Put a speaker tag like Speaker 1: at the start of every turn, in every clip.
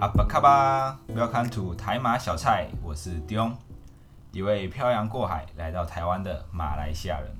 Speaker 1: 阿巴卡巴，Welcome to 台马小菜，我是 Dion，一位漂洋过海来到台湾的马来西亚人。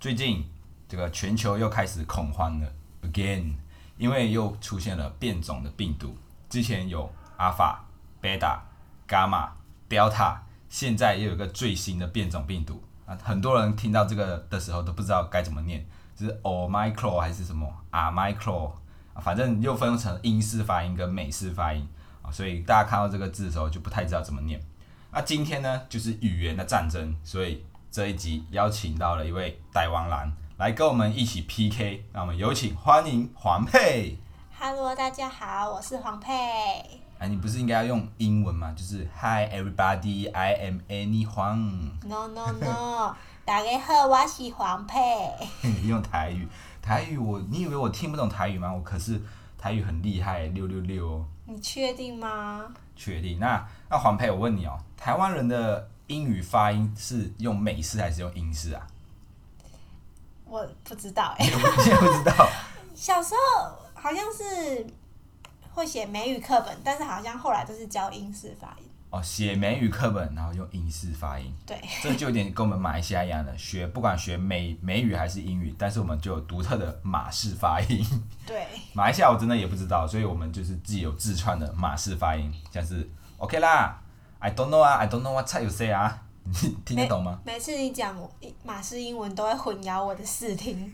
Speaker 1: 最近这个全球又开始恐慌了，again，因为又出现了变种的病毒，之前有阿法、贝塔、伽马、delta，现在又有一个最新的变种病毒啊，很多人听到这个的时候都不知道该怎么念，就是 omicron 还是什么 amicron。啊反正又分成英式发音跟美式发音啊，所以大家看到这个字的时候就不太知道怎么念。那今天呢，就是语言的战争，所以这一集邀请到了一位台湾人来跟我们一起 PK。那我们有请欢迎黄佩。
Speaker 2: Hello，大家好，我是黄佩。
Speaker 1: 哎、你不是应该要用英文吗？就是 Hi everybody, I am Annie 黄。
Speaker 2: No No No，大 家好，我是黄佩。
Speaker 1: 用台语，台语我你以为我听不懂台语吗？我可是台语很厉害，六六六哦。
Speaker 2: 你确定吗？
Speaker 1: 确定。那那黄佩，我问你哦，台湾人的英语发音是用美式还是用英式啊？
Speaker 2: 我不知道哎、
Speaker 1: 你也不知道。
Speaker 2: 小时候好像是会写美语课本，但是好像后来都是教英式发音。
Speaker 1: 哦，写美语课本，然后用英式发音，
Speaker 2: 对，
Speaker 1: 这就有点跟我们马来西亚一样的，学不管学美美语还是英语，但是我们就有独特的马式发音。
Speaker 2: 对，
Speaker 1: 马来西亚我真的也不知道，所以我们就是自己有自创的马式发音，像是 OK 啦，I don't know 啊，I don't know what you say 啊， 你听得懂吗？
Speaker 2: 每次你讲我马氏英文，都会混淆我的视听。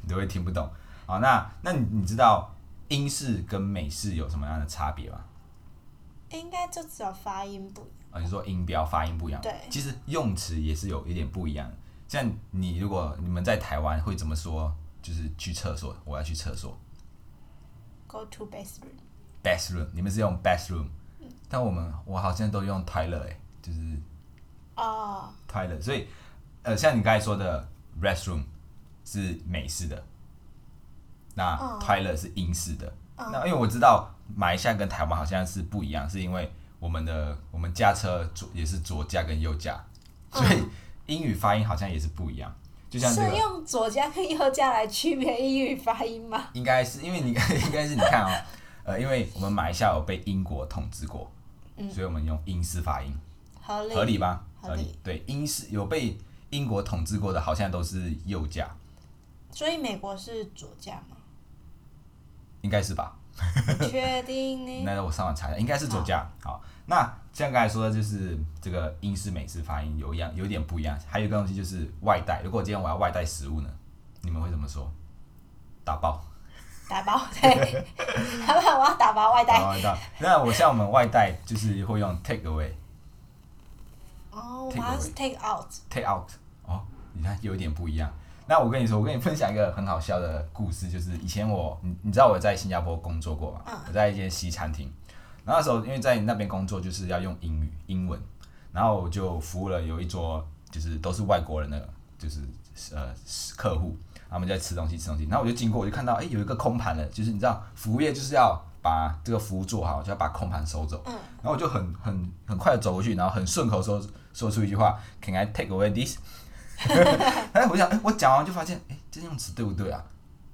Speaker 1: 你都会听不懂。好，那那你你知道英式跟美式有什么样的差别吗？
Speaker 2: 应该就只有发音不一样。
Speaker 1: 啊，你说音标发音不一样，
Speaker 2: 对
Speaker 1: 其实用词也是有一点不一样。像你如果你们在台湾会怎么说？就是去厕所，我要去厕所
Speaker 2: Go to bathroom。
Speaker 1: ，bathroom，你们是用 bathroom，但我们我好像都用 toilet，、欸、就是
Speaker 2: 哦，
Speaker 1: toilet，所以呃，像你刚才说的 restroom 是美式的，那
Speaker 2: 哦
Speaker 1: toilet 是英式的。那因为我知道马来西亚跟台湾好像是不一样，是因为我们的我们驾车左也是左驾跟右驾，所以
Speaker 2: 哦
Speaker 1: 英语发音好像也是不一样。就像这
Speaker 2: 是
Speaker 1: 个，
Speaker 2: 用左加跟右加来区别英语发音吗？
Speaker 1: 应该是因为你 应该是你看哦，呃，因为我们马来西亚有被英国统治过，所以我们用英式发音。
Speaker 2: 嗯合理，
Speaker 1: 合理吧？
Speaker 2: 合理
Speaker 1: 对，英式有被英国统治过的，好像都是右驾，
Speaker 2: 所以美国是左驾吗？
Speaker 1: 应该是吧？
Speaker 2: 确定呢？
Speaker 1: 那我上网查一下，应该是左驾。好，那像刚才说的，就是这个英式、美式发音有一样，有一点不一样。还有一个东西就是外带，如果今天我要外带食物呢，你们会怎么说？打包，
Speaker 2: 打包对， 老板我要打包外
Speaker 1: 打
Speaker 2: 带。
Speaker 1: 哦包外带。那我像我们外带就是会用 take away，take
Speaker 2: 哦，我好像是 take out。
Speaker 1: out。哦，你看有一点不一样。那我跟你说，我跟你分享一个很好笑的故事，就是以前我，你你知道我在新加坡工作过嘛？我在一间西餐厅，然后那时候因为在那边工作就是要用英语英文，然后我就服务了有一桌就是都是外国人的，就是呃客户，他们在吃东西吃东西，然后我就经过我就看到哎、诶有一个空盘的，就是你知道服务业就是要把这个服务做好，就要把空盘收走，然后我就很很很快的走过去，然后很顺口说说出一句话，Can I take away this？哎，我想，哎，我讲完就发现，哎，这用词对不对啊？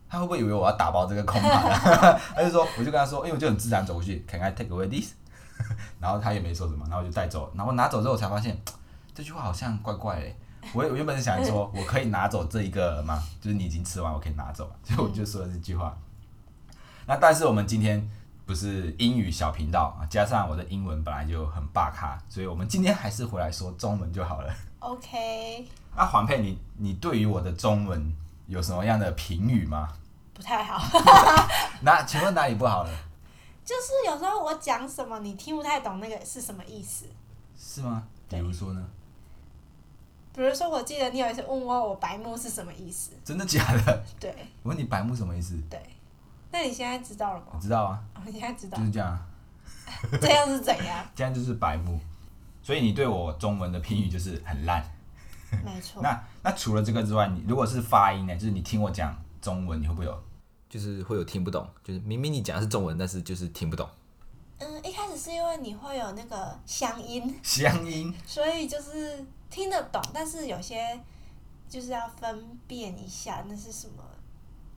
Speaker 1: 他会不会以为我要打包这个空盘、啊？他就说，我就跟他说，哎因为我就很自然走过去，Can I take away this？然 后他也没说什么，然后我就带走。然后拿走之后，我才发现这句话好像怪怪的、我我原本是想说，我可以拿走这一个吗？就是你已经吃完，我可以拿走嘛。所以我就说了这句话。那但是我们今天不是英语小频道啊，加上我的英文本来就很霸咖，所以我们今天还是回来说中文就好了。
Speaker 2: OK，
Speaker 1: 那黄佩，你你对于我的中文有什么样的评语吗？
Speaker 2: 不太好。
Speaker 1: 哪？请问哪里不好了？
Speaker 2: 就是有时候我讲什么你听不太懂，那个是什么意思？
Speaker 1: 是吗？比
Speaker 2: 对
Speaker 1: 如说呢？
Speaker 2: 比如说，我记得你有一次问我我白目是什么意思，
Speaker 1: 真的假的？
Speaker 2: 对
Speaker 1: 我问你白目什么意思？
Speaker 2: 对。那你现在知道了
Speaker 1: 我
Speaker 2: 吗？
Speaker 1: 知道啊，
Speaker 2: 哦你现在知 道
Speaker 1: 就是这样啊，
Speaker 2: 这样是怎样？
Speaker 1: 这样就是白目。所以你对我中文的评语就是很烂。
Speaker 2: 没错，
Speaker 1: 那那除了这个之外，你如果是发音呢？就是你听我讲中文，你会不会有？
Speaker 3: 就是会有听不懂，就是明明你讲的是中文，但是就是听不懂。
Speaker 2: 嗯，一开始是因为你会有那个乡音，
Speaker 1: 乡音
Speaker 2: 所以就是听得懂，但是有些就是要分辨一下那是什么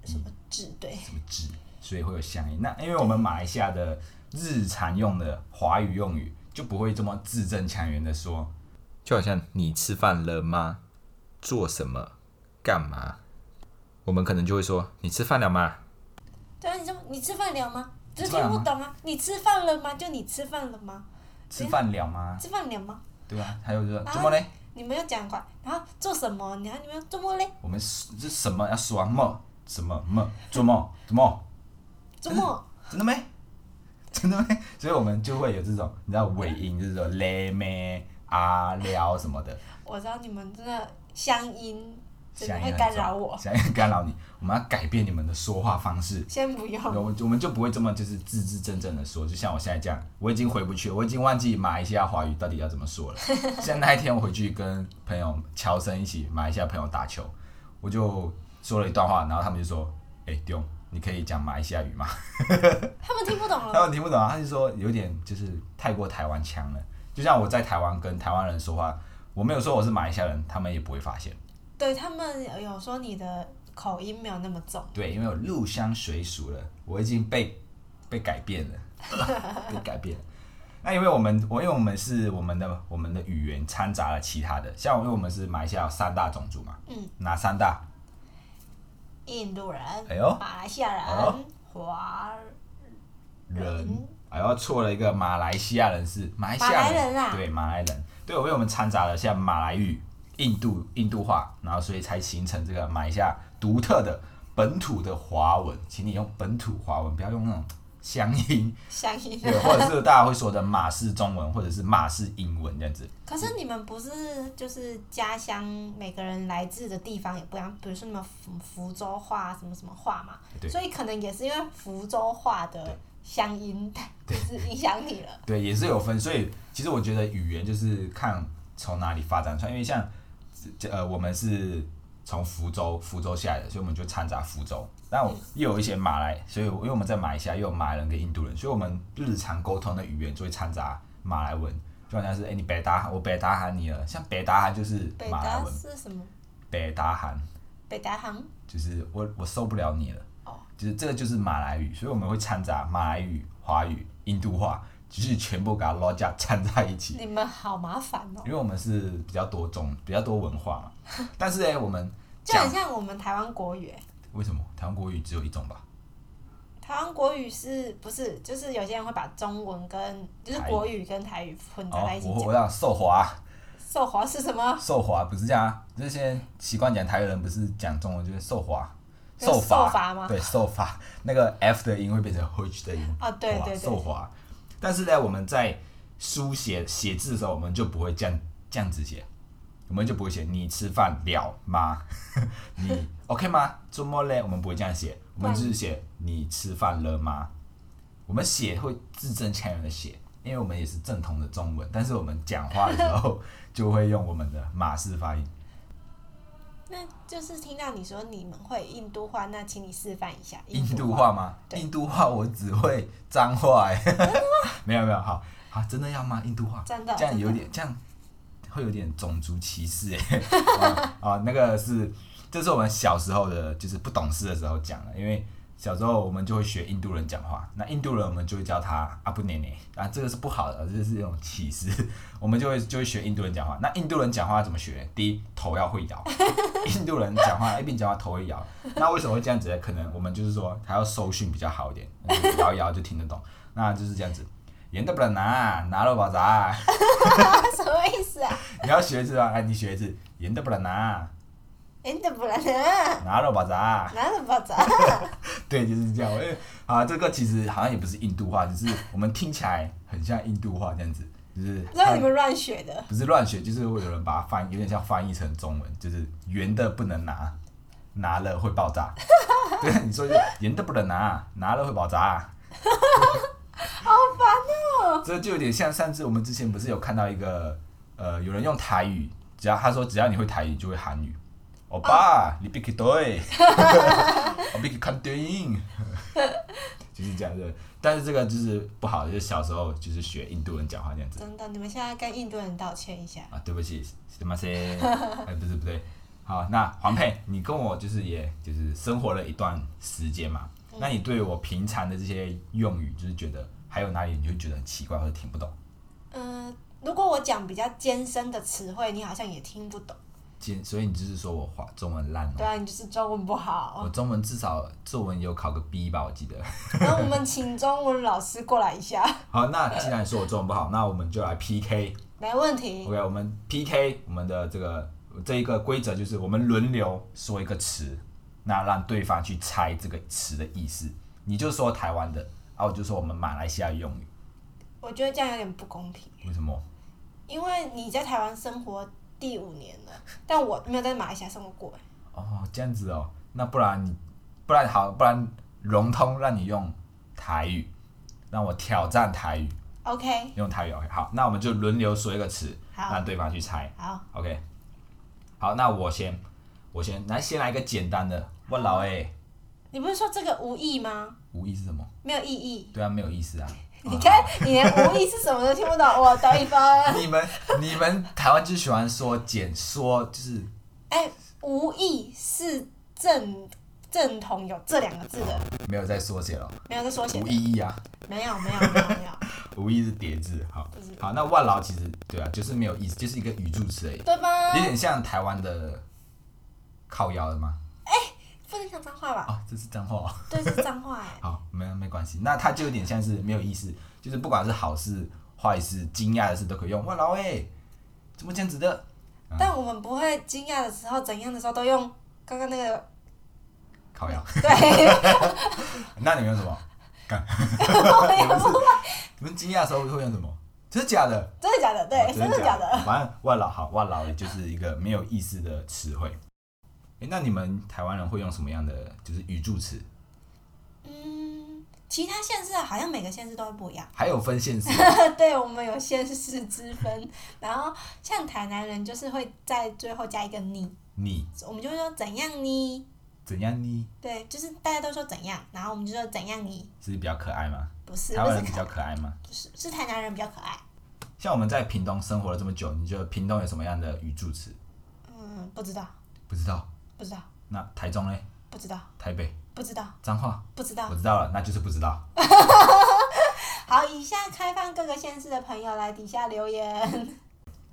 Speaker 2: 什么字，对。
Speaker 1: 什么字，所以会有乡音。那因为我们马来西亚的日常用的华语用语，就不会这么字正腔圆的说。
Speaker 3: 就好像你吃饭了吗？做什么？干嘛？我们可能就会说你吃饭了吗？
Speaker 2: 对啊，你这么你吃饭了吗？就
Speaker 1: 吃
Speaker 2: 听
Speaker 1: 饭了吗
Speaker 2: 不懂啊！你吃饭了吗？就你吃饭了吗？
Speaker 1: 吃饭了吗？
Speaker 2: 吃饭了吗？
Speaker 1: 对啊，还有就是
Speaker 2: 啊
Speaker 1: 怎么嘞？
Speaker 2: 你们要讲快，然后做什么？然后你们要做梦嘞？
Speaker 1: 我们是这什么要说梦什么梦做梦做梦，
Speaker 2: 做 梦？
Speaker 1: 真的没？真的没？所以我们就会有这种你知道尾音，就是说嘞咩啊了什么的，
Speaker 2: 我知道你们真的乡音真的
Speaker 1: 想
Speaker 2: 会
Speaker 1: 也很
Speaker 2: 干
Speaker 1: 重
Speaker 2: 扰我，
Speaker 1: 想要干扰你，我们要改变你们的说话方式。
Speaker 2: 先不用。
Speaker 1: 我我们就不会这么就是字字正正的说，就像我现在这样，我已经回不去了，我已经忘记马来西亚华语到底要怎么说 了。像那一天我回去跟朋友乔生一起马来西亚朋友打球，我就说了一段话，然后他们就说：“哎、丢，你可以讲马来西亚语吗
Speaker 2: 他们听不 懂？”
Speaker 1: 他
Speaker 2: 了，
Speaker 1: 们听不懂啊，他就说有点就是太过台湾腔了。就像我在台湾跟台湾人说话，我没有说我是马来西亚人，他们也不会发现。
Speaker 2: 对他们有说你的口音没有那么重，
Speaker 1: 对，因为我入乡随俗了，我已经被被改变了， 被改变了。那因为我们，我因为我们是我们的我们的语言掺杂了其他的，像因为我们是马来西亚有三大种族嘛，
Speaker 2: 嗯，
Speaker 1: 哪三大？
Speaker 2: 印度人、
Speaker 1: 哎呦，
Speaker 2: 马来西亚
Speaker 1: 哎呦
Speaker 2: 人、华
Speaker 1: 人
Speaker 2: 人，
Speaker 1: 哎呦，错了一个马来西亚人是马来西亚
Speaker 2: 马来人啊
Speaker 1: 对，马来人，对，因为我们掺杂了像马来语、印度印度话，然后所以才形成这个马来西亚独特的本土的华文，请你用本土华文，不要用那种乡音。
Speaker 2: 乡 音。
Speaker 1: 对，或者是大家会说的马式中文，或者是马式英文这样子。
Speaker 2: 可是你们不是就是家乡每个人来自的地方也不一样，比如说你们福福州话什么什么话嘛，
Speaker 1: 对
Speaker 2: 所以可能也是因为福州话的乡音，就是影响你 了。
Speaker 1: 对，也是有分。所以其实我觉得语言就是看从哪里发展出来，因为像呃我们是从福州福州下来的，所以我们就掺杂福州。但我又有一些马来，所以我因为我们在马来西亚又有马来人跟印度人，所以我们日常沟通的语言就会掺杂马来文。就好像是哎、诶你北达喊我北达喊你了，像北达喊就是
Speaker 2: 北
Speaker 1: 马来
Speaker 2: 达
Speaker 1: 文，
Speaker 2: 是什么？
Speaker 1: 北达喊
Speaker 2: 北达行
Speaker 1: 就是我我受不了你了。
Speaker 2: 哦，
Speaker 1: 就是这个就是马来语，所以我们会掺杂马来语、华语、印度话，就是全部给它捞加掺在一起。
Speaker 2: 你们好麻烦哦、
Speaker 1: 因为我们是比较多种、比较多文化嘛，但是哎、我们
Speaker 2: 就很
Speaker 1: 讲
Speaker 2: 像我们台湾国语欸、
Speaker 1: 为什么台湾国语只有一种吧？
Speaker 2: 台湾国语是不是就是有些人会把中文跟就是
Speaker 1: 台语
Speaker 2: 国语跟台语混杂
Speaker 1: 哦
Speaker 2: 在一，起
Speaker 1: 我
Speaker 2: 讲？
Speaker 1: 我让受华，
Speaker 2: 受华是什么？
Speaker 1: 受华不是这样啊，这些习惯讲台语人不是讲中文就是受华，
Speaker 2: 就是
Speaker 1: 受罚
Speaker 2: 受罚吗
Speaker 1: 对，受罚 那个 F 的音会变成 H 的音
Speaker 2: 哦对
Speaker 1: 哇
Speaker 2: 对对
Speaker 1: 受罚。但是呢，我们在书写写字的时候，我们就不会这样这样子写，我们就不会写你吃饭了吗？ 你 OK 吗？周末嘞，我们不会这样写，我们就是写你吃饭了吗？我们写会字正腔圆的写，因为我们也是正统的中文，但是我们讲话的时候就会用我们的马式发音。
Speaker 2: 那就是听到你说你们会印度话，那请你示范一下
Speaker 1: 印度
Speaker 2: 话。
Speaker 1: 话吗？
Speaker 2: 对
Speaker 1: 印度话我只会脏话、欸， 没有没有，好好真的要吗？印度话
Speaker 2: 真的
Speaker 1: 这样
Speaker 2: 真的
Speaker 1: 有点这样会有点种族歧视哎、欸 啊啊那个是这是我们小时候的，就是不懂事的时候讲的，因为小时候我们就会学印度人讲话，那印度人我们就会叫他阿布内内啊，这个是不好的，这是一种歧视， 我们就会就会学印度人讲话。那印度人讲话怎么学？第一头要会摇， 印度人讲话一边讲话头会摇，那为什么会这样子呢？可能我们就是说还要收讯比较好一点，嗯摇一摇就听得懂，那就是这样子。演的不能拿，拿了把砸。
Speaker 2: 什么意思啊？
Speaker 1: 你要学一次啊！哎，你学一次，赢的不能拿，
Speaker 2: 人哎的不然呢？
Speaker 1: 拿肉把砸。
Speaker 2: 哪怎么着？
Speaker 1: 对，就是这样。因为啊，这个其实好像也不是印度话，只是我们听起来很像印度话这样子，就是
Speaker 2: 让你们乱学的。
Speaker 1: 不是乱学，就是会有人把它翻，有点像翻译成中文，就是圆的不能拿，拿了会爆炸。对，你说就是圆的不能拿，拿了会爆炸。
Speaker 2: 好烦哦、
Speaker 1: 这就有点像上次我们之前不是有看到一个呃，有人用台语，只要他说只要你会台语就会韩语。欧巴，你别去对，我别去看电影， 就是这样子。但是这个就是不好，就是小时候就是学印度人讲话这样子
Speaker 2: 真的，你们现在跟印度人道歉一下。
Speaker 1: 啊，对不起，什么谁？哎，不是不对。好，那黄佩，你跟我就是也就是生活了一段时间嘛，那你对我平常的这些用语，就是觉得还有哪里你会觉得很奇怪或者听不懂？
Speaker 2: 嗯、如果我讲比较艰深的词汇，你好像也听不懂。
Speaker 1: 简，所以你就是说我华中文烂
Speaker 2: 对哦
Speaker 1: 哦。
Speaker 2: 啊，你就是中文不好
Speaker 1: 我。中文至少作文有考个 B 吧，我记得。
Speaker 2: 然后我们请中文老师过来一下，
Speaker 1: 好，那既然说我中文不好，那我们就来 PK。
Speaker 2: 没问题。
Speaker 1: OK，我们 PK 我们的这个这一个规则就是我们轮流说一个词，那让对方去猜这个词的意思。你就说台湾的，啊，我就说我们马来西亚用语。
Speaker 2: 我觉得这样有点不公平，
Speaker 1: 为什么？
Speaker 2: 因为你在台湾生活第五年了，但我没有在马来西亚生活过。
Speaker 1: 哦，这样子哦，那不然你，不然好，不然融通让你用台语，让我挑战台语，
Speaker 2: OK，
Speaker 1: 用台语 OK。好，那我们就轮流说一个词，
Speaker 2: 好
Speaker 1: 让对方去猜。
Speaker 2: 好，
Speaker 1: OK，好，那我先，我先来，先来一个简单的。我老诶，
Speaker 2: 你不是说这个无意吗？
Speaker 1: 无意是什么？
Speaker 2: 没有意义。
Speaker 1: 对啊，没有意思啊。
Speaker 2: 你看，你连无意是什么都听不懂，我得一分。
Speaker 1: 你们你们台湾就喜欢说简说，就是
Speaker 2: 哎，无意是正正统有这两个字的，
Speaker 1: 哦没有在缩写了，
Speaker 2: 没有在缩写
Speaker 1: 无
Speaker 2: 的。
Speaker 1: 意义啊，
Speaker 2: 没有，没有，没有，没有。
Speaker 1: 无意义是叠字。好，好，那万劳其实对啊，就是没有意思，就是一个语助词而已，
Speaker 2: 对吧
Speaker 1: 有？点像台湾的靠腰的吗？
Speaker 2: 不能讲脏话吧？
Speaker 1: 啊、这是脏话、哦。
Speaker 2: 对，是脏话 哎。
Speaker 1: 好，没没关系，那它就有点像是没有意思，就是不管是好事、坏事、惊讶的事都可以用。万劳哎，怎么这样子的？
Speaker 2: 但我们不会惊讶的时候，怎样的时候都用刚刚那 个
Speaker 1: 靠腰。
Speaker 2: 对，
Speaker 1: 那你们用什么？
Speaker 2: 我也不会
Speaker 1: 你们惊讶的时候会用什么？真的假的？
Speaker 2: 真的假的？
Speaker 1: 啊
Speaker 2: 对，哎真的假的？？
Speaker 1: 反正万老好，万老也就是一个没有意思的词汇。哎、那你们台湾人会用什么样的就是语助词？
Speaker 2: 嗯，其他县市好像每个县市都会不一样。
Speaker 1: 还有分县 市
Speaker 2: 对，我们有县市之分。然后像台南人就是会在最后加一个你，
Speaker 1: 你
Speaker 2: 我们就会说怎样呢？
Speaker 1: 怎样呢？
Speaker 2: 对，就是大家都说怎样，然后我们就说怎样呢？
Speaker 1: 是比较可爱吗？
Speaker 2: 不是，
Speaker 1: 台
Speaker 2: 不
Speaker 1: 湾
Speaker 2: 是
Speaker 1: 人比较
Speaker 2: 可
Speaker 1: 可爱吗？
Speaker 2: 不是是台南人比较可爱。
Speaker 1: 像我们在屏东生活了这么久，你觉得屏东有什么样的语助词？
Speaker 2: 嗯，不知道，
Speaker 1: 不知道。
Speaker 2: 不知道，
Speaker 1: 那台中嘞？
Speaker 2: 不知道，
Speaker 1: 台北？
Speaker 2: 不知道，
Speaker 1: 彰化？
Speaker 2: 不知道
Speaker 1: 我。知道了，那就是不知道。
Speaker 2: 好，以下开放各个县市的朋友来底下留言。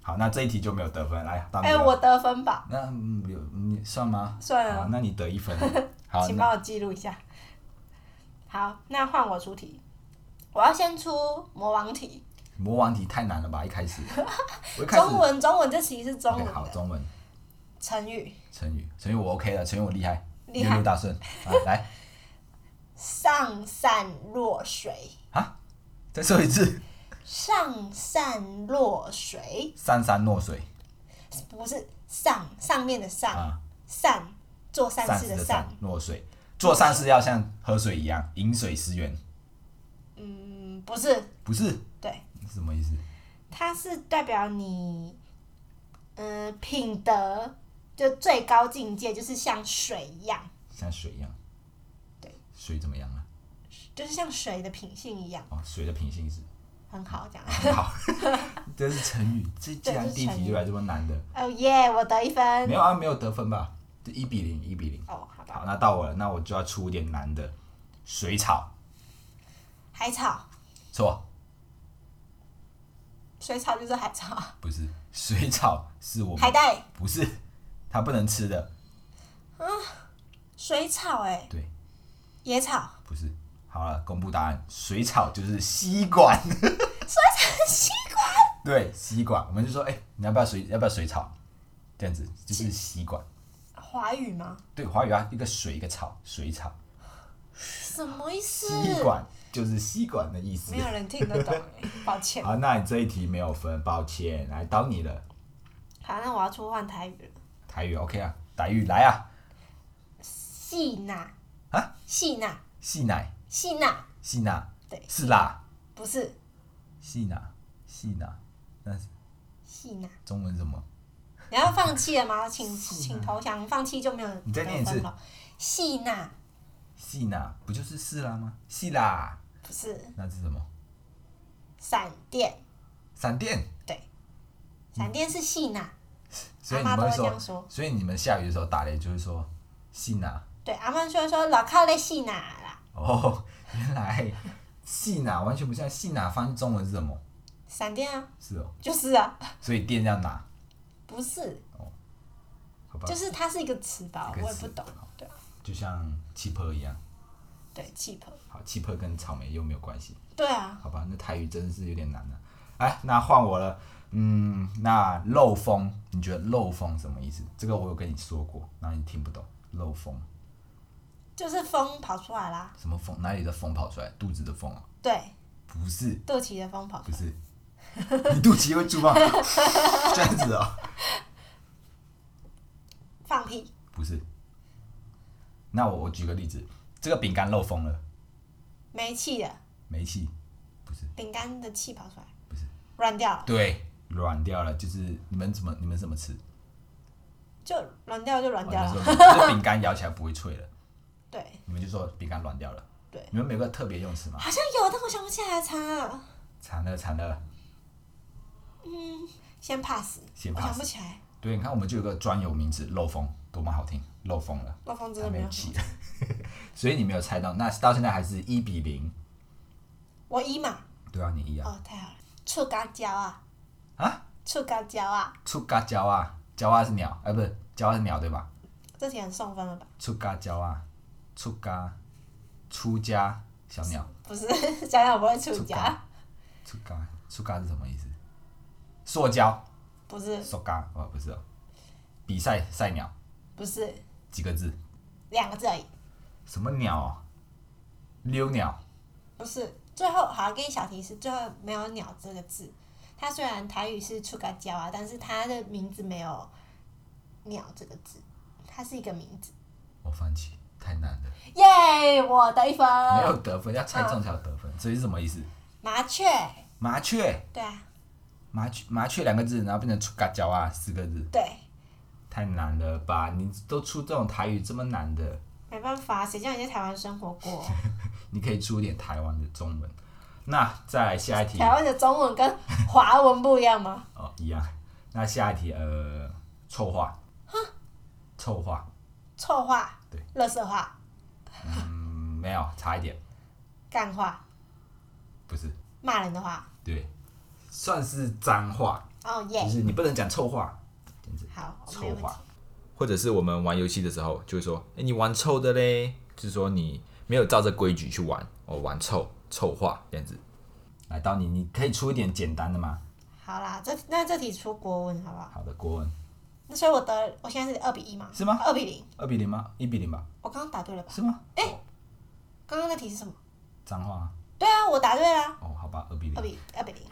Speaker 1: 好，那这一题就没有得分，来到你
Speaker 2: 哎、
Speaker 1: 了。
Speaker 2: 我得分吧，
Speaker 1: 那嗯有你算吗？
Speaker 2: 算
Speaker 1: 好
Speaker 2: 了，
Speaker 1: 那你得一 分。好，
Speaker 2: 请
Speaker 1: 那
Speaker 2: 帮我记录一下。好，那换我出题，我要先出魔王题，
Speaker 1: 魔王题太难了吧？一 开始，我一开始
Speaker 2: 中文，中文这题是中文
Speaker 1: OK，好，
Speaker 2: 的
Speaker 1: 中文
Speaker 2: 成语，
Speaker 1: 成语，成语我 OK 了，成语我厉害，
Speaker 2: 厉
Speaker 1: 六
Speaker 2: 害
Speaker 1: 六大顺啊！来，
Speaker 2: 上善若水，
Speaker 1: 再说一次，
Speaker 2: 上善若水，
Speaker 1: 上善若水
Speaker 2: 不是上上面的上，
Speaker 1: 啊，
Speaker 2: 善做善
Speaker 1: 善
Speaker 2: 事
Speaker 1: 事
Speaker 2: 的
Speaker 1: 的
Speaker 2: 善
Speaker 1: 善，，若水，做善事要像喝水一样，饮水思源，
Speaker 2: 嗯，不是，
Speaker 1: 不是
Speaker 2: 对，
Speaker 1: 是什么意思？
Speaker 2: 它是代表你，嗯、品德就最高境界，就是像水一样，
Speaker 1: 像水一样，
Speaker 2: 对，
Speaker 1: 水怎么样了？
Speaker 2: 就是像水的品性一样，
Speaker 1: 哦，水的品性是
Speaker 2: 很好这样。
Speaker 1: 好， 这是成语，这既
Speaker 2: 对
Speaker 1: 然
Speaker 2: 这是
Speaker 1: 第一
Speaker 2: 成
Speaker 1: 题
Speaker 2: 语嗯
Speaker 1: 就来这么难的，
Speaker 2: 哦耶，我得一分
Speaker 1: 没。有啊，没有得分吧？就一比零，一比零。
Speaker 2: 哦，好吧。
Speaker 1: 好，那到我了，那我就要出一点难的，水草
Speaker 2: 海草，
Speaker 1: 错。
Speaker 2: 水草就是海草，
Speaker 1: 不是，水草是我
Speaker 2: 海
Speaker 1: 们
Speaker 2: 带，
Speaker 1: 不是，它不能吃的。
Speaker 2: 水草哎、
Speaker 1: 对，
Speaker 2: 野草，
Speaker 1: 不是。好了，公布答案，水草就是吸管。水草吸管？ 对，吸管。我们就说，哎、你要不要水？要不要水草？这样子就是吸管。
Speaker 2: 华语吗？
Speaker 1: 对，华语啊，一个水一个草，水草。
Speaker 2: 什么意思？
Speaker 1: 吸管就是吸管的意思
Speaker 2: 没。有人听得懂、 哎，抱歉。
Speaker 1: 好，那你这一题没有分，抱歉，来到你了。
Speaker 2: 好，那我要出换台语了。
Speaker 1: 台语 OK 啊，台语来啊，
Speaker 2: 细娜
Speaker 1: 啊，
Speaker 2: 细娜，
Speaker 1: 细奶，
Speaker 2: 细娜，
Speaker 1: 细奶，
Speaker 2: 对
Speaker 1: 是啦，
Speaker 2: 不是
Speaker 1: 细奶，细奶，那是
Speaker 2: 细娜。
Speaker 1: 中文是什么？
Speaker 2: 你要放弃了 吗？请请投降，放弃就没有
Speaker 1: 你再念
Speaker 2: 得
Speaker 1: 一次
Speaker 2: 分了。细娜
Speaker 1: 细啦，不就是是啦吗？细啦，
Speaker 2: 不是
Speaker 1: 那是什么？
Speaker 2: 闪电，
Speaker 1: 闪电。嗯
Speaker 2: 闪电是细娜，
Speaker 1: 所以你们会
Speaker 2: 阿嬷都会这
Speaker 1: 说，
Speaker 2: 样说
Speaker 1: 所以你们下雨的时候打雷就会说细啦。
Speaker 2: 对，阿曼说说老靠在细娜啦，
Speaker 1: 哦，原来戏哪完全不像戏哪，翻译中文是什么？
Speaker 2: 闪电啊，
Speaker 1: 是哦，
Speaker 2: 就是啊，
Speaker 1: 所以电要哪？
Speaker 2: 不是，
Speaker 1: 好吧，
Speaker 2: 就是它是一个词吧，
Speaker 1: 一个
Speaker 2: 我也
Speaker 1: 词
Speaker 2: 不懂，对
Speaker 1: 就像气泡一样，
Speaker 2: 对，cheap，
Speaker 1: 好，气泡跟草莓又没有关系，
Speaker 2: 对啊，
Speaker 1: 好吧，那台语真的是有点难了、哎，那换我了，嗯，那漏风，你觉得漏风什么意思？这个我有跟你说过，然后你听不懂，漏风
Speaker 2: 就是风跑出来啦，
Speaker 1: 什么风？哪里的风跑出来？肚子的风啊？
Speaker 2: 对，
Speaker 1: 不是，
Speaker 2: 肚脐的风跑
Speaker 1: 不
Speaker 2: 出来，
Speaker 1: 是，你肚脐会出吗？ 这样子哦，
Speaker 2: 放屁，
Speaker 1: 不是。那我我举个例子，这个饼干漏风了，
Speaker 2: 没气了，
Speaker 1: 煤气，不是，
Speaker 2: 饼干的气跑出来，
Speaker 1: 不是，
Speaker 2: 软掉了，
Speaker 1: 对，软掉了，就是你们怎么你们怎么吃？
Speaker 2: 就软掉就软掉
Speaker 1: 哦
Speaker 2: 了，
Speaker 1: 那时候就是饼干咬起来不会脆了，
Speaker 2: 对，
Speaker 1: 你们就说饼干软掉了。
Speaker 2: 对
Speaker 1: 你们没有个特别用词吗？
Speaker 2: 好像有，但我想不起来它，
Speaker 1: 惨了惨了，
Speaker 2: 先 pass，
Speaker 1: 先
Speaker 2: 我
Speaker 1: pass
Speaker 2: 想不起来，
Speaker 1: 对，你看我们就有个专有名词漏风，多么好听，漏风了，
Speaker 2: 漏风真
Speaker 1: 他
Speaker 2: 的
Speaker 1: 没
Speaker 2: 没
Speaker 1: 有
Speaker 2: 有，
Speaker 1: 气， 所以你没有猜到，那到现在还是一比零，
Speaker 2: 我 一嘛，
Speaker 1: 对啊，你一样
Speaker 2: 哦，太好了，醋咖胶啊，
Speaker 1: 啊，
Speaker 2: 醋咖胶啊，
Speaker 1: 出嘎胶啊，胶啊是鸟，哎、不是胶啊是鸟对吧？
Speaker 2: 这题很送分了吧？
Speaker 1: 出嘎胶啊，出嘎，出家小鸟，
Speaker 2: 不是， 想想我不会出
Speaker 1: 出
Speaker 2: 家
Speaker 1: 嘎，，出嘎，出嘎是什么意思？塑胶，
Speaker 2: 不是，
Speaker 1: 塑嘎哦，不是哦，比赛赛鸟
Speaker 2: 不是，
Speaker 1: 几个字？
Speaker 2: 两个字而已，
Speaker 1: 什么鸟、哦？溜鸟。
Speaker 2: 不是。最后，好，给你小提示，最后没有“鸟”这个字。它虽然台语是“出嘎胶”啊，但是它的名字没有“鸟”这个字，它是一个名字。
Speaker 1: 我放弃，太难了，
Speaker 2: 耶、我得一分。
Speaker 1: 没有得分，要猜中才有得分，所以是什么意思？
Speaker 2: 麻雀，
Speaker 1: 麻雀，
Speaker 2: 对啊，
Speaker 1: 麻雀，麻雀两个字，然后变成出嘎脚啊四个字，
Speaker 2: 对，
Speaker 1: 太难了吧？你都出这种台语这么难的，
Speaker 2: 没办法，谁叫你在台湾生活过？
Speaker 1: 你可以出一点台湾的中文。那再来下一题
Speaker 2: 台湾的中文跟华文不一样吗？
Speaker 1: 哦，一样。那下一题，呃，臭话，臭话，
Speaker 2: 臭话
Speaker 1: 对、
Speaker 2: 垃圾话、
Speaker 1: 嗯，没有，差一点，
Speaker 2: 干话、
Speaker 1: 不是，
Speaker 2: 骂人的话。
Speaker 1: 对，算是脏话，
Speaker 2: 哦耶
Speaker 1: 就！是你不能讲臭话，简直
Speaker 2: 好，没
Speaker 1: 臭
Speaker 2: 有问题
Speaker 1: 话。。
Speaker 3: 或者是我们玩游戏的时候，就会说：“哎、你玩臭的嘞！”就是说你没有照着规矩去玩，哦，玩臭臭话这样子。
Speaker 1: 来到你，你可以出一点简单的吗？
Speaker 2: 好啦，这那这题出国文好不好？
Speaker 1: 好的，国文
Speaker 2: 那所以我得，我现在是二比一嘛？
Speaker 1: 是吗
Speaker 2: 二比零，
Speaker 1: 二比零吗？一比零吧，
Speaker 2: 我刚刚答对了吧？
Speaker 1: 是吗？哦
Speaker 2: 刚刚那题是什么？
Speaker 1: 脏话啊
Speaker 2: 对啊，我答对啦，
Speaker 1: 哦，好吧，二比
Speaker 2: 二
Speaker 1: 零。
Speaker 2: 比二比零。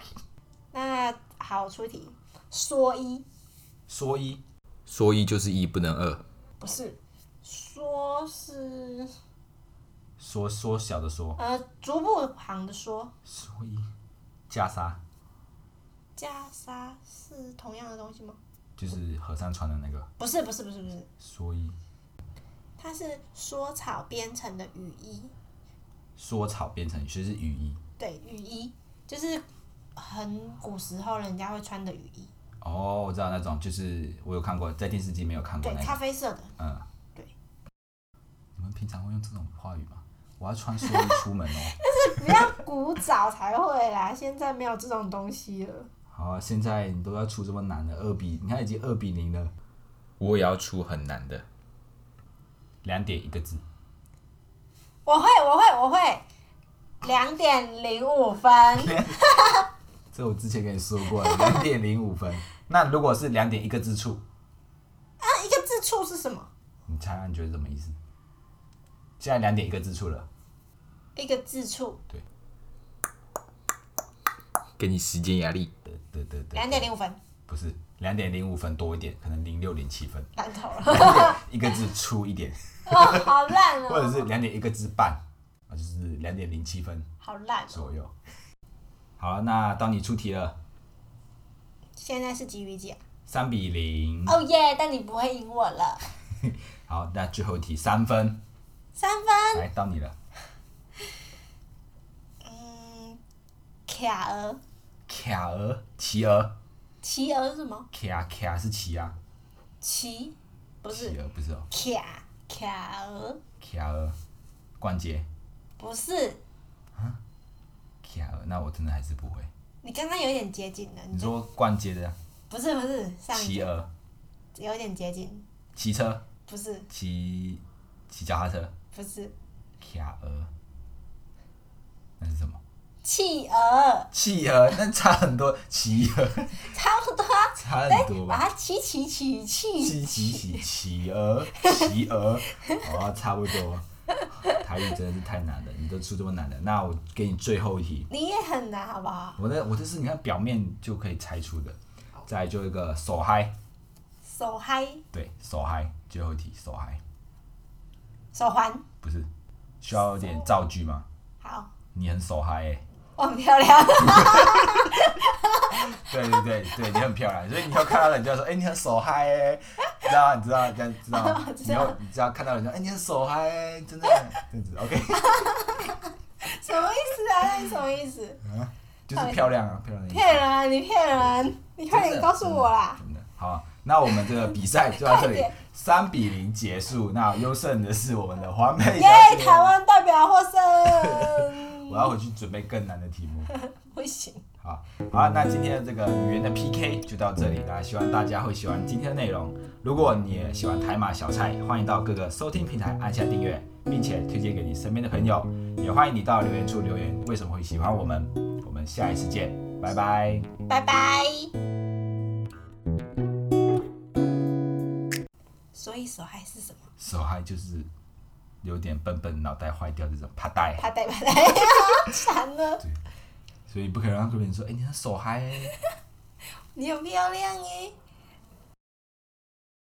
Speaker 2: 那好，我出一题，说一
Speaker 1: 说一
Speaker 3: 说一就是一，不能二。
Speaker 2: 不是，说是
Speaker 1: 说缩小的说，
Speaker 2: 呃逐步旁的说，
Speaker 1: 说一袈裟
Speaker 2: 袈裟是同样的东西吗？
Speaker 1: 就是和尚穿的那个。
Speaker 2: 不是，不是，不是，不是，
Speaker 1: 说一
Speaker 2: 它是说草编成的雨衣，
Speaker 1: 说草变成就是雨衣
Speaker 2: 对，雨衣就是很古时候人家会穿的雨衣，
Speaker 1: 哦，我知道那种，就是我有看过，在电视机没有看过
Speaker 2: 对，
Speaker 1: 那
Speaker 2: 咖
Speaker 1: 个。
Speaker 2: 啡色的，
Speaker 1: 嗯，
Speaker 2: 对。
Speaker 1: 你们平常会用这种话语吗？我要穿说一出 门哦。
Speaker 2: 比较古早才会啦，现在没有这种东西了。
Speaker 1: 好啊，现在你都要出这么难的二比，你看已经二比零了，
Speaker 3: 我也要出很难的。
Speaker 1: 两点一个字。
Speaker 2: 我会，我会，我会，两点零五 分。
Speaker 1: 这我之前跟你说过了，两点零五分。那如果是两点一个字处，
Speaker 2: 那一个字处是什么？
Speaker 1: 你猜猜你觉得什么意思？现在两点一个字处了，
Speaker 2: 一个字处，
Speaker 3: 给你时间压力。
Speaker 1: 对对对对，
Speaker 2: 两点零五分，
Speaker 1: 不是两点零五分多一点，可能零六零七 分，
Speaker 2: 烂透了，
Speaker 1: 两点一个字出一点，
Speaker 2: 哦，好烂
Speaker 1: 或者
Speaker 2: 哦，
Speaker 1: 是两点一个字半，啊，就是两点零七分
Speaker 2: 好烂哦。
Speaker 1: 左右。好，那到你出题了，
Speaker 2: 现在是几比几啊？
Speaker 1: 三比零。
Speaker 2: 哦耶！但你不会赢我了，
Speaker 1: 好，那最后一题三分，
Speaker 2: 三分。
Speaker 1: 来到你了。
Speaker 2: 嗯，卡儿，
Speaker 1: 卡儿，企鹅，
Speaker 2: 企鹅是什么？
Speaker 1: 卡卡是企啊，
Speaker 2: 企不
Speaker 1: 企
Speaker 2: 是
Speaker 1: 鹅不是哦，
Speaker 2: 卡卡儿，
Speaker 1: 卡儿，关节。
Speaker 2: 不是
Speaker 1: 天鹅，那我真的还是不会。
Speaker 2: 你刚刚有点接近了，
Speaker 1: 你
Speaker 2: 你就
Speaker 1: 说逛街的啊
Speaker 2: 不是不是上一
Speaker 1: 骑
Speaker 2: 个
Speaker 1: 鹅、
Speaker 2: 有点接近，
Speaker 1: 骑车、
Speaker 2: 不是
Speaker 1: 骑骑脚踏车、
Speaker 2: 不是
Speaker 1: 卡鹅，那是什么？
Speaker 2: 企鹅，
Speaker 1: 企鹅，那差很多， 企鹅
Speaker 2: 差不多啊，
Speaker 1: 差
Speaker 2: 哎
Speaker 1: 很多，吧
Speaker 2: 把？它起起起起，
Speaker 1: 企企企企鹅，企鹅，好啊，差不多。台语真的是太难了，你都出这么难的，那我给你最后一题。
Speaker 2: 你也很难好不好？
Speaker 1: 我的我这是你看表面就可以猜出的，再来就一个手嗨，
Speaker 2: 手嗨
Speaker 1: 对手嗨，最后一题手嗨，
Speaker 2: 手环，
Speaker 1: 不是需要有点造句吗？
Speaker 2: 好，
Speaker 1: 你很手嗨欸，
Speaker 2: 我很漂亮，
Speaker 1: 对对对对，你很漂亮，所以你要看到人家说，哎、你很手嗨欸，知道吗你知道这样知道吗
Speaker 2: 知道
Speaker 1: 你要你知道看到人家，哎、你很手嗨欸，真的这样子，OK，
Speaker 2: 什么意思啊？那你什么意思？
Speaker 1: 就是漂亮啊，漂亮的意思。
Speaker 2: 骗人啊！你骗人！你快点告诉我啦！
Speaker 1: 真的好，那我们这个比赛就到这
Speaker 2: 快
Speaker 1: 里
Speaker 2: 点，
Speaker 1: 三比零结束。那优胜的是我们的黄美
Speaker 2: 耶
Speaker 1: 小姐。
Speaker 2: 台湾代表获
Speaker 1: 我
Speaker 2: 胜！
Speaker 1: 要回去准备更难的题目。
Speaker 2: 不行，
Speaker 1: 好，好，那今天的这个语言的 PK 就到这里啦，希望大家会喜欢今天的内容。如果你也喜欢台马小菜，欢迎到各个收听平台按下订阅，并且推荐给你身边的朋友，也欢迎你到留言处留言为什么会喜欢我们。我们下一次见，拜拜。
Speaker 2: 拜拜。所以手还是什么？
Speaker 1: 手还就是有点笨笨，脑袋坏掉这种，怕呆。
Speaker 2: 怕呆 怕呆，惨哦了！
Speaker 1: 所以不可以让客人说，哎、你的手嗨欸、
Speaker 2: 你很漂亮耶。